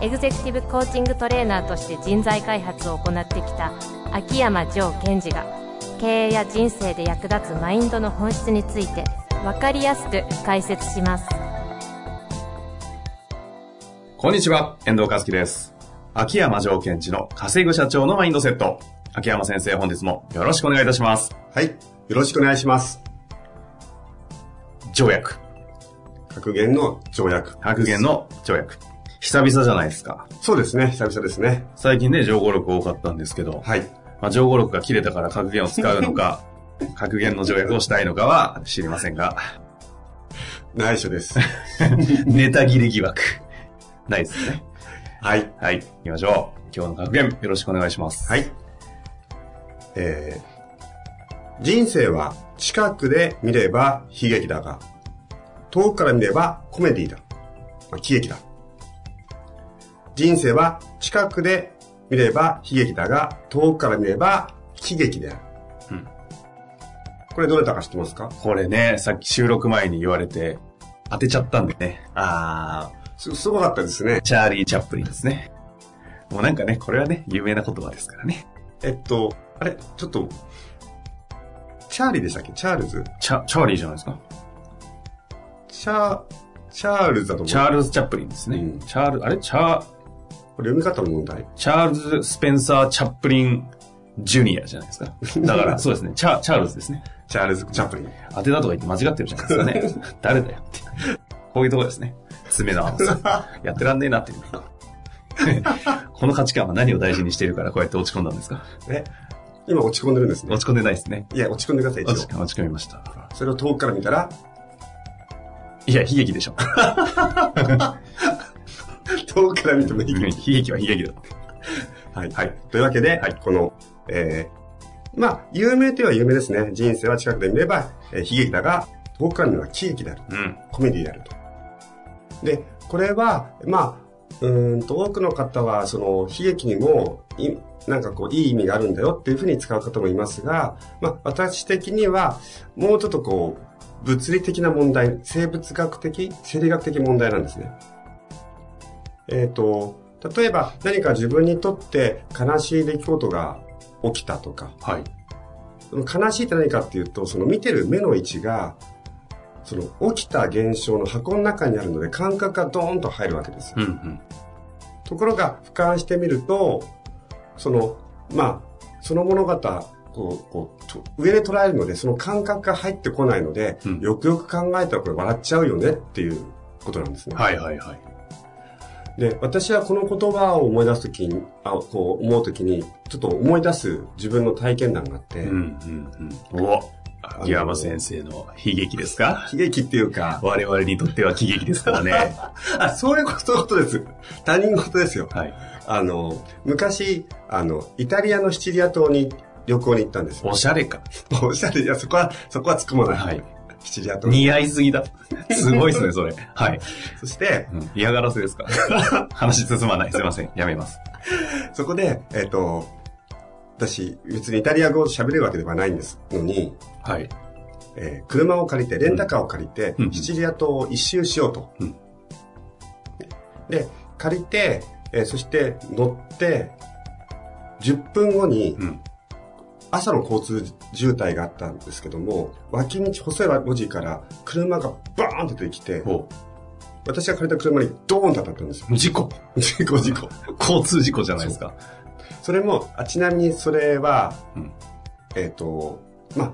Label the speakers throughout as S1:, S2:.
S1: エグゼクティブコーチングトレーナーとして人材開発を行ってきた秋山城賢治が経営や人生で役立つマインドの本質について分かりやすく解説します
S2: こんにちは、遠藤和樹です。秋山城賢治の稼ぐ社長のマインドセット。秋山先生、本日もよろしくお願いいたします。
S3: はい。よろしくお願いします。
S2: 条約。
S3: 格言の条約。
S2: 白言。の条約。久々じゃないですか。
S3: そうですね。久々ですね。
S2: 最近ね、上語録多かったんですけど、
S3: はい。
S2: まあ、上語録が切れたから格言を使うの か、格言の条約をしたいのかは知りませんが、
S3: 内緒 です。
S2: ネタ切れ疑惑。ないですね。
S3: はい。
S2: はい、行きましょう。今日の格言、よろしくお願いします。
S3: はい。えー、人生は近くで見れば悲劇だが、遠くから見ればコメディだ。まあ、喜劇だ。人生は近くで見れば悲劇だが、遠くから見れば喜劇である。
S2: うん
S3: これどれだか知ってますか
S2: これね、さっき収録前に言われて、当てちゃったんでね。
S3: ああ、す、すごかったですね。
S2: チャーリー・チャップリンですね。もうなんかね、これはね、有名な言葉ですからね。
S3: えっと、あれ、ちょっと、チャーリーでしたっけチャールズ
S2: チャ、チャーリーじゃないですか。
S3: チャー、チャールズだと思う。
S2: チャールズ・チャップリンですね。
S3: うん
S2: チャール、あれチャー、
S3: これ読み方の問題。
S2: チャールズ・スペンサー・チャップリン・ジュニアじゃないですか。だ から、そうですね、チャ、チャールズですね。
S3: チャールズ・チャップリン。
S2: 当てたとか言って間違ってるじゃない ですかね。誰だよって。こういうとこですね。爪の甘さ。やってらんねえなっていう。 この価値観は何を大事にしているからこうやって落ち込んだんですか
S3: え、今落ち込んでるんですね
S2: 落。ち込んでないですね。
S3: いや、落ち込んでください、一
S2: 落ち
S3: 応。
S2: 落ち込みました。
S3: それを遠くから見たら、
S2: いや、悲劇でしょ。
S3: 遠くから見てもいい。
S2: 悲劇は悲劇だ。
S3: はい。というわけで、
S2: はい
S3: この、えー、まあ、有名といえば有名ですね。人生は近くで見れば、えー悲劇だが、遠くから見れば喜劇である。
S2: うん。
S3: コメディであると。で、これは、まあ、うーんと、多くの方は、その、悲劇にも、いなんかこう、いい意味があるんだよっていうふうに使う方もいますが、まあ、私的には、もうちょっとこう、物理的な問題、生物学的、生理学的問題なんですね。えっ、と、例えば何か自分にとって悲しい出来事が起きたとか、
S2: はい。
S3: その悲しいって何かっていうと、その見てる目の位置が、その起きた現象の箱の中にあるので感覚がドーンと入るわけですよ。
S2: うんうん。
S3: ところが俯瞰してみると、その、まあ、その物語、こう、こう、と上で捉えるので、その感覚が入ってこないので、
S2: うん
S3: よくよく考えたらこれ笑っちゃうよねっていうことなんですね。
S2: はいはいはい。
S3: で、私はこの言葉を思い出すときに、あこう思うときに、ちょっと思い出す自分の体験談があって、
S2: うんうんうん。お秋山先生の悲劇ですか
S3: 悲劇っていうか、
S2: 我々にとっては喜劇ですからね。
S3: あ、そういうこと、そういうことです。他人事ですよ。
S2: はい。
S3: あの、昔、あの、イタリアのシチリア島に旅行に行ったんですよ。
S2: おしゃれか。
S3: おしゃれ、いや、そこは、そこは突っ込まない。
S2: はい。
S3: シチリア島に。
S2: 似合いすぎだ。すごいですね、それ。 はい。
S3: そして、
S2: うん嫌がらせですか 話進まない。すいません。やめます。
S3: そこで、えっ、と、私、別にイタリア語を喋れるわけではないんですのに、
S2: はい。
S3: えー車を借りて、レンタカーを借りて、
S2: うん
S3: シチリア島を一周しようと。
S2: うん
S3: で、借りて、えーそして乗って、10分後に、
S2: うん。
S3: 朝の交通渋滞があったんですけども、脇道、細い路地から車がバーンと出てきて、
S2: お
S3: 私が借りた車にドーンと当たったんですよ。
S2: 事故。
S3: 事故事故。
S2: 交通事故じゃないですか。
S3: それも、あちなみにそれは、
S2: うん
S3: えっ、と、まあ、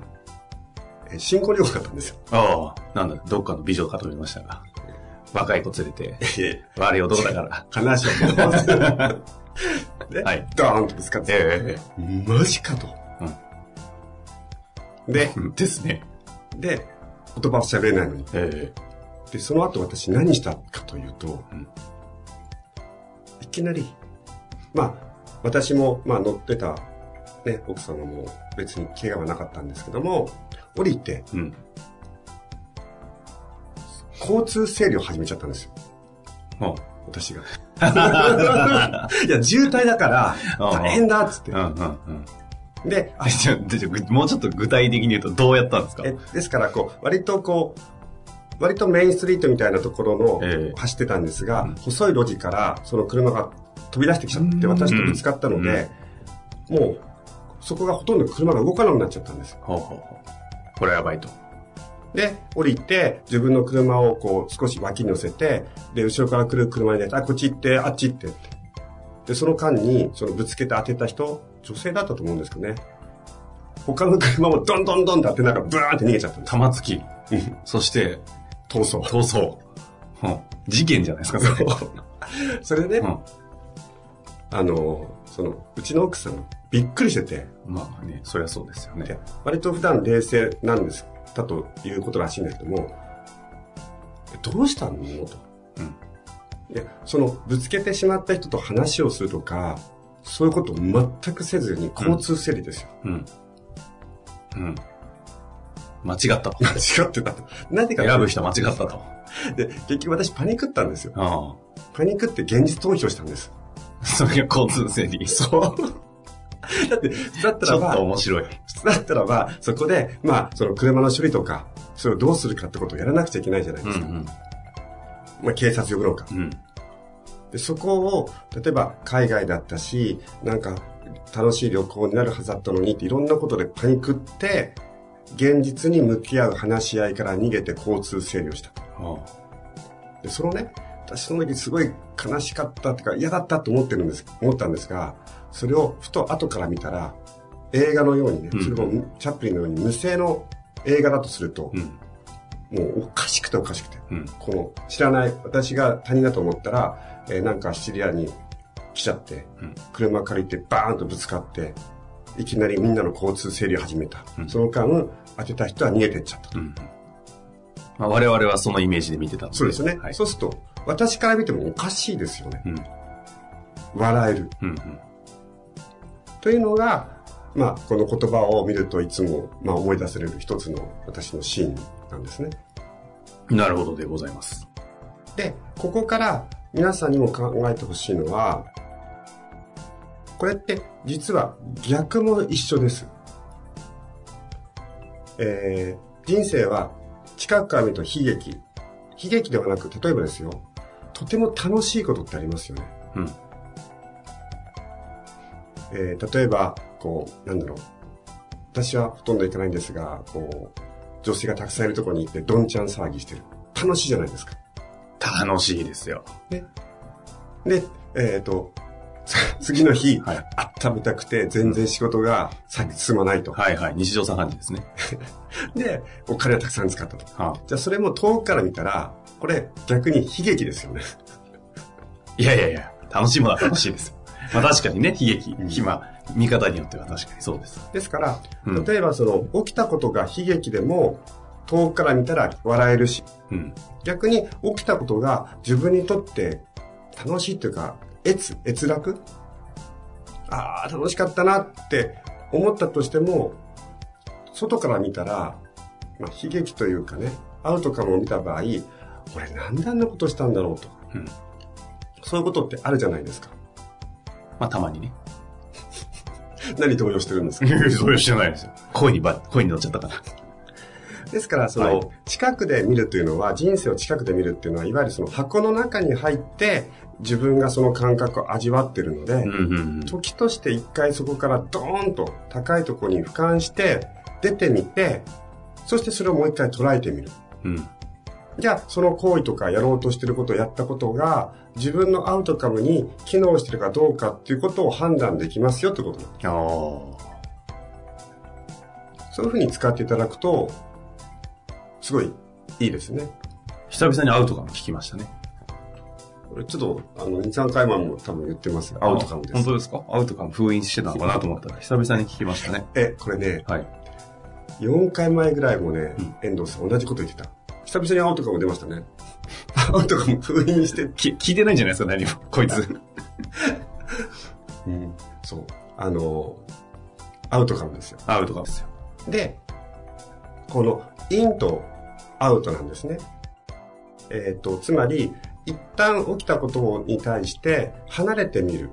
S3: えー新婚旅行だったんですよ。
S2: ああ、なんだ、どっかの美女かと思いましたが。若い子連れて、悪い男だから。
S3: 悲しい思いです で、
S2: はい
S3: ドーンとぶつかって、
S2: え
S3: マジかと。で、
S2: え。ですね。
S3: で、言葉を喋れないのに。
S2: え
S3: で、その後私何したかというと、
S2: うん
S3: いきなり、まあ、私も、まあ、乗ってた、ね、奥様も別に怪我はなかったんですけども、降りて、
S2: うん。
S3: 交通整理を始めちゃったんですよ、
S2: うん。
S3: 私が。 いや、渋滞だから、
S2: うん
S3: 大変だっつって
S2: う。んうんうん。
S3: で、あ
S2: あじゃあじゃあもうちょっと具体的に言うとどうやったんですか
S3: えですから、こう、割とこう、割とメインストリートみたいなところの、
S2: ええ
S3: 走ってたんですが、
S2: うん
S3: 細い路地から、その車が飛び出してきちゃって、
S2: うん
S3: 私とぶつかったので、もう、そこがほとんど車が動かなくなっちゃったんです。
S2: ほうほうほう。これはやばいと。
S3: で、降りて、自分の車をこう、少し脇に乗せて、で、後ろから来る車に出て、あ、こっち行って、あっち行ってって。で、その間に、そのぶつけて当てた人、女性だったと思うんですけどね。他の車もどんどんどんって当てながら、ブーンって逃げちゃったんです。
S2: 玉突き。そして、
S3: 逃走。
S2: 逃走。うん事件じゃないですか、それ。
S3: それで
S2: う
S3: ね、
S2: ん。
S3: あの、その、うちの奥さん、びっくりしてて、
S2: まあね、そりゃそうですよね
S3: で。割と普段冷静なんです、だということらしいんですけども、えどうしたのと。で、その、ぶつけてしまった人と話をするとか、そういうことを全くせずに交通整理ですよ。
S2: うん。うん。間違ったと。
S3: 間違ってたと。なぜか
S2: 選ぶ人間違ったと。
S3: で、結局私パニックったんですよ。
S2: あ
S3: パニックって現実逃避をしたんです。
S2: あ。それが交通整理。
S3: そう。 だって、だった
S2: ちょ
S3: ら
S2: っ
S3: ば
S2: と、面白い。
S3: 普通だったらば、そこで、まあ、その車の処理とか、それをどうするかってことをやらなくちゃいけないじゃないうですか。
S2: ん
S3: まあ、警察呼ぶのか。
S2: うん。うん。
S3: で、そこを、例えば海外だったし、なんか楽しい旅行になるはずだったのにっていろんなことでパニックって、現実に向き合う話し合いから逃げて交通整理をした。
S2: あ
S3: で、そのね、私その時すごい悲しかったとか嫌だったと思ってるんです、思ったんですが、それをふと後から見たら、映画のようにね、
S2: うん
S3: それもチャップリンのように無声の映画だとすると
S2: あ。う、ん。
S3: もうおかしくておかしくて。
S2: うん。
S3: この知らない私が他人だと思ったら、えーなんかシチリアに来ちゃって、
S2: うん
S3: 車借りてバーンとぶつかっていきなりみんなの交通整理を始めた、
S2: うん
S3: その間当てた人は逃げてっちゃった、
S2: うん。まあ我々はそのイメージで見てたん
S3: そうですよね、
S2: はい。
S3: そうすると私から見てもおかしいですよね、
S2: うん
S3: 笑える
S2: うんうん。
S3: というのが、まあ、この言葉を見るといつも、まあ、思い出せる一つの私のシーンなんですね
S2: なるほどでございます。
S3: で、ここから皆さんにも考えてほしいのは、これって実は逆も一緒です。えー人生は近くから見ると悲劇。悲劇ではなく、例えばですよ、とても楽しいことってありますよね。
S2: うん。
S3: えー例えば、こう、なんだろう。私はほとんど行かないんですが、こう、女性がたくさんいるところに行ってどんちゃん騒ぎしてる。楽しいじゃないですか。
S2: 楽しいですよ。
S3: で、えっ、と、 さ次の日、
S2: はい。
S3: 温めたくて全然仕事がさ進まないと。
S2: はいはい。日常茶飯事ですね。
S3: で、お金をたくさん使ったと。
S2: はあ、
S3: じゃあそれも遠くから見たら、これ逆に悲劇ですよね。
S2: いやいやいや、楽しいものは楽しいです。 まあ確かにね、悲劇、暇、見方によっては確かにそうです。
S3: ですから、
S2: うん。
S3: 例えばその起きたことが悲劇でも、遠くから見たら笑えるし、
S2: うん。
S3: 逆に起きたことが自分にとって楽しいというか、悦、悦楽ああ、楽しかったなって思ったとしても、外から見たら、まあ、悲劇というかね、アウトカムを見た場合、俺なんであんなことしたんだろうと。
S2: うん
S3: そういうことってあるじゃないですか。
S2: まあたまにね。
S3: 何動揺してるんですか
S2: そうしてないですよ。声にば、声に乗っちゃったから。
S3: ですから、そ
S2: はい
S3: の、近くで見るというのは、人生を近くで見るっていうのは、いわゆるその箱の中に入って、自分がその感覚を味わってるので、
S2: うんうんうん。
S3: 時として一回そこからドーンと高いところに俯瞰して出てみてそしてそれをもう一回捉えてみる
S2: うん。
S3: じゃあその行為とかやろうとしてることやったことが自分のアウトカムに機能してるかどうかっていうことを判断できますよってこと
S2: ああ。
S3: そういうふうに使っていただくとすごいいいですね
S2: 久々にアウトカム聞きましたね。
S3: 俺ちょっとあの23回前も多分言ってますがアウトカム
S2: あ
S3: で
S2: 本
S3: す
S2: 当ですかアウトカム封印してたのかなと思ったら、久々に聞きましたね。
S3: えこれね
S2: はい。
S3: 4回前ぐらいもね、
S2: うん
S3: 遠藤さん同じこと言ってた。久々に青とかも出ましたね。 青とかも封印して、
S2: き聞いてないんじゃないですか、何も。こいつ。うん。
S3: そう。あの、アウトカムですよ。
S2: アウトかもですよ。
S3: で、このインとアウトなんですね。えっ、と、つまり、一旦起きたことに対して離れてみる。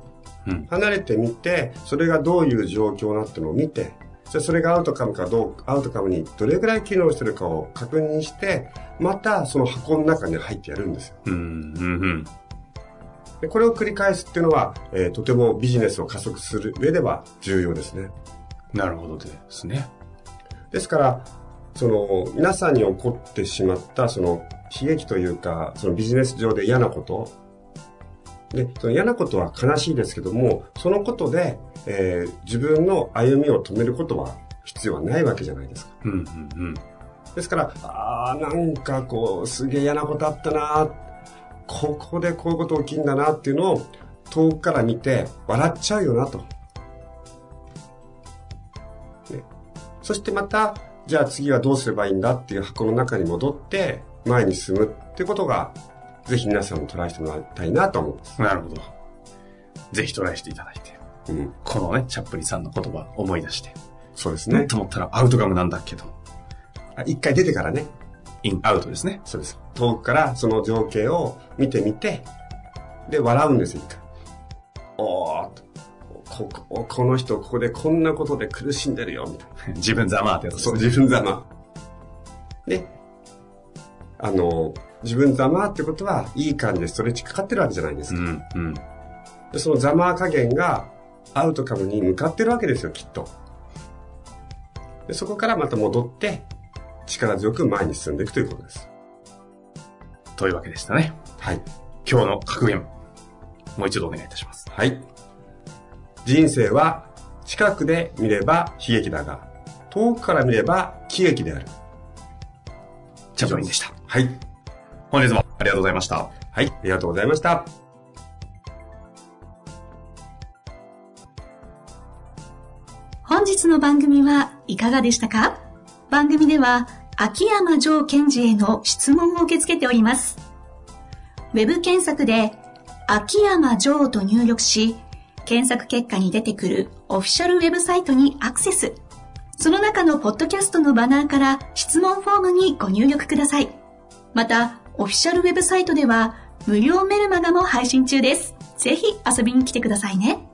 S2: うん。
S3: 離れてみて、それがどういう状況になってのを見て、じゃあそれがアウトカムかどうアウトカムにどれぐらい機能してるかを確認して、またその箱の中に入ってやるんですよ。
S2: うん、うん、うん。
S3: でこれを繰り返すっていうのは、えーとてもビジネスを加速する上では重要ですね。
S2: なるほどですね。
S3: ですからその皆さんに起こってしまったその悲劇というかそのビジネス上で嫌なことでその嫌なことは悲しいですけどもそのことで、えー自分の歩みを止めることは必要はないわけじゃないですか
S2: うん、うん、うん。
S3: ですからあーなんかこうすげえ嫌なことあったなここでこういうこと起きんだなっていうのを遠くから見て笑っちゃうよなと。ねそしてまた、じゃあ次はどうすればいいんだっていう箱の中に戻って前に進むってことが、ぜひ皆さんもトライしてもらいたいなと思うんです。
S2: なるほど。ぜひトライしていただいて。
S3: うん。
S2: このね、チャップリンさんの言葉を思い出して。
S3: そうです
S2: ね。
S3: ね。
S2: と思ったらアウトカムなんだけど、
S3: あ一回出てからね。
S2: イン、アウトですね。
S3: そうです。遠くからその情景を見てみて、で、笑うんですよ、一回。おーっと。こここの人、ここでこんなことで苦しんでるよ、みたいな。
S2: 自分ざまーってやつです
S3: そう、
S2: ね。
S3: 自分ざま。で、あの、自分ざまってことは、いい感じでストレッチかかってるわけじゃないですか。
S2: ん、うん。
S3: でそのざま加減が、アウトカムに向かってるわけですよ、きっと。でそこからまた戻って、力強く前に進んでいくということです。
S2: というわけでしたね。
S3: はい。
S2: 今日の格言、もう一度お願いいたします。
S3: はい。人生は、近くで見れば悲劇だが、遠くから見れば喜劇である。
S2: チャップリンでした。
S3: はい。
S2: 本日もありがとうございました。
S3: はい。ありがとうございました。
S4: 本日の番組はいかがでしたか番組では秋山城賢治への質問を受け付けております。ウェブ検索で秋山城と入力し、検索結果に出てくるオフィシャルウェブサイトにアクセス。その中のポッドキャストのバナーから質問フォームにご入力ください。また、オフィシャルウェブサイトでは無料メルマガも配信中です。ぜひ遊びに来てくださいね。